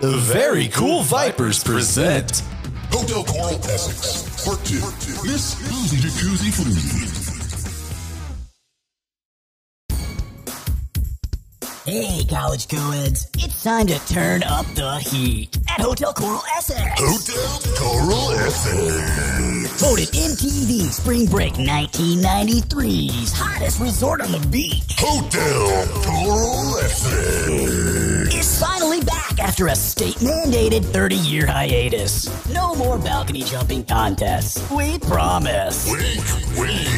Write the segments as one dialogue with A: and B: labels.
A: The very cool Vipers present
B: Hotel Coral Essex, Part 2. Miss Boozy Jacuzzi Floozy.
C: Hey, college co-eds, it's time to turn up the heat at Hotel Coral Essex.
B: Hotel Coral Essex.
C: Voted MTV Spring Break 1993's hottest resort on the beach
B: Hotel Coral Essex.
C: is finally back after a state-mandated 30-year hiatus. No more balcony jumping contests. We promise.
B: Wink, wink.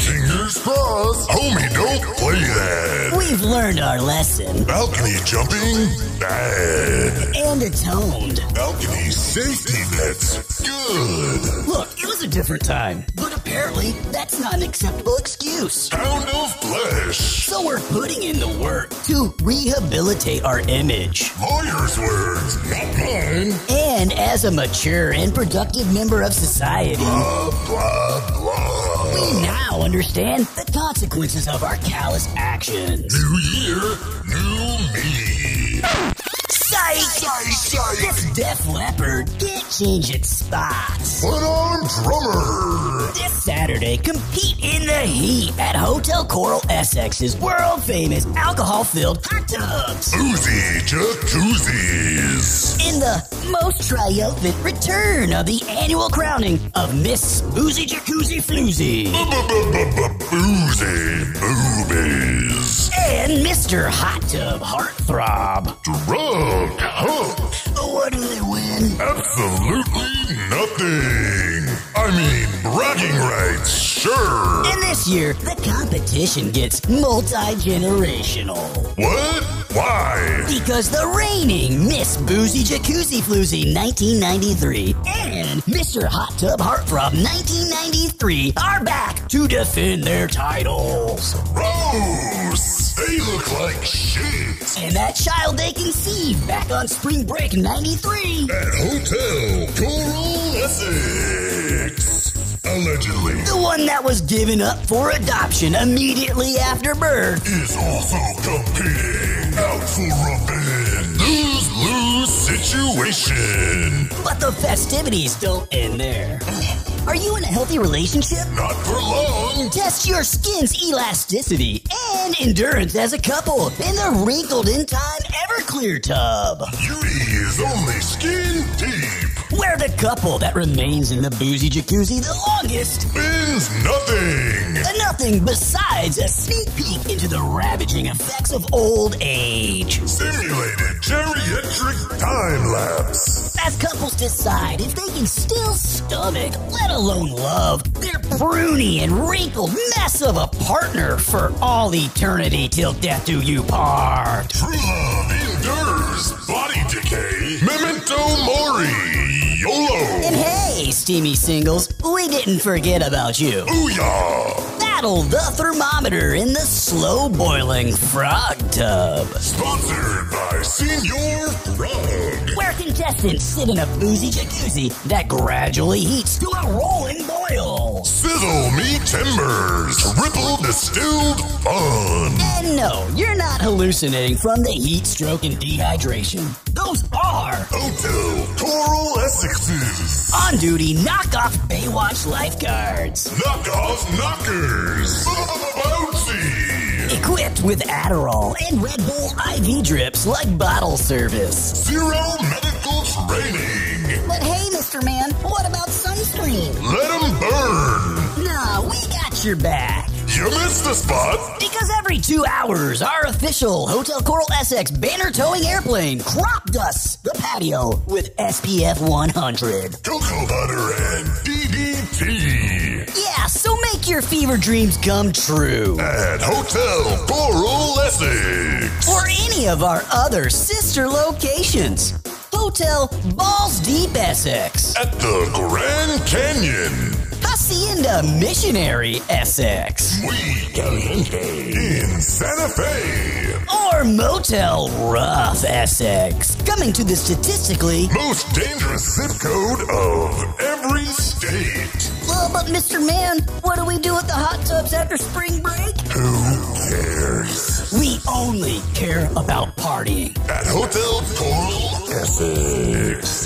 B: Fingers crossed. Homie, don't play that.
C: We've learned our lesson
B: Balcony jumping? Bad.
C: and atoned.
B: Balcony safety nets? Good.
C: Look, it was a different time, but apparently that's not an acceptable excuse.
B: Pound of flesh.
C: So we're putting in the work to rehabilitate our image.
B: Lawyer's words, not mine.
C: And as a mature and productive member of society,
B: Blah, blah, blah.
C: we now understand the consequences of our callous actions.
B: New year, new me.
C: Psych!
B: Psych, psych.
C: This Def Leppard can't change its spots.
B: Put on drummer.
C: This Saturday, compete in the heat at Hotel Coral Essex's world famous alcohol filled hot tubs
B: Boozy jacuzzis.
C: in the most triumphant return of the annual crowning of Miss Boozy Jacuzzi Floozy.
B: Boozy boobies.
C: And Mr. Hot Tub Heartthrob.
B: Drug hunk.
C: What do they win?
B: Absolutely nothing. I mean, bragging rights, sure.
C: And this year, the competition gets multi generational.
B: What? Why?
C: Because the reigning Miss Boozy Jacuzzi Floozy 1993 and Mr. Hot Tub Heartthrob 1993 are back to defend their titles.
B: Gross. They look like shit.
C: And that child they conceived back on spring break 93
B: At Hotel Coral Essex. Allegedly.
C: the one that was given up for adoption immediately after birth
B: is also competing out for revenge. Lose lose situation.
C: But the festivities don't end there. Are you in a healthy relationship?
B: Not for long.
C: Test your skin's elasticity and endurance as a couple in the wrinkled in time Everclear tub,
B: Beauty is only skin deep.
C: where the couple that remains in the boozy jacuzzi the longest.
B: Means nothing.
C: Nothing besides a sneak peek into the ravaging effects of old age.
B: Simulated geriatric time lapse.
C: As couples decide if they can still stomach, let alone love, their pruny and wrinkled mess of a partner for all eternity till death do you part.
B: True love endures. Body decay. Memento mori.
C: And
B: YOLO.
C: hey, steamy singles, we didn't forget about you.
B: Booyah.
C: Battle the thermometer in the slow boiling frog tub.
B: Sponsored by Senior Frog.
C: Where contestants sit in a boozy jacuzzi that gradually heats to a rolling boil.
B: Sizzle me timbers, triple distilled fun.
C: And no, you're not hallucinating from the heat stroke and dehydration. Those are
B: Hotel Coral Essexes.
C: on duty knockoff Baywatch lifeguards.
B: Knockoff knockers. Bouncy.
C: Equipped with Adderall and Red Bull IV drips like bottle service.
B: Zero medical training.
C: But hey, Mr. Man, what about sunscreen?
B: Let 'em burn.
C: Nah, we got your back.
B: You missed the spot.
C: Because every two hours, our official Hotel Coral Essex banner towing airplane crop dusts the patio with SPF 100.
B: Cocoa butter and DDT.
C: Yeah, so make your fever dreams come true.
B: At Hotel Coral Essex.
C: or any of our other sister locations. Hotel Balls Deep Essex,
B: At the Grand Canyon.
C: Hacienda Missionary Essex,
B: We Caliente in Santa Fe.
C: or Motel Rough Essex. Coming to the statistically.
B: Most dangerous zip code of every state.
C: Well, but Mr. Man, what do we do with the hot tubs after spring break?
B: Who cares?
C: We only care about partying.
B: At Hotel Coral Classics.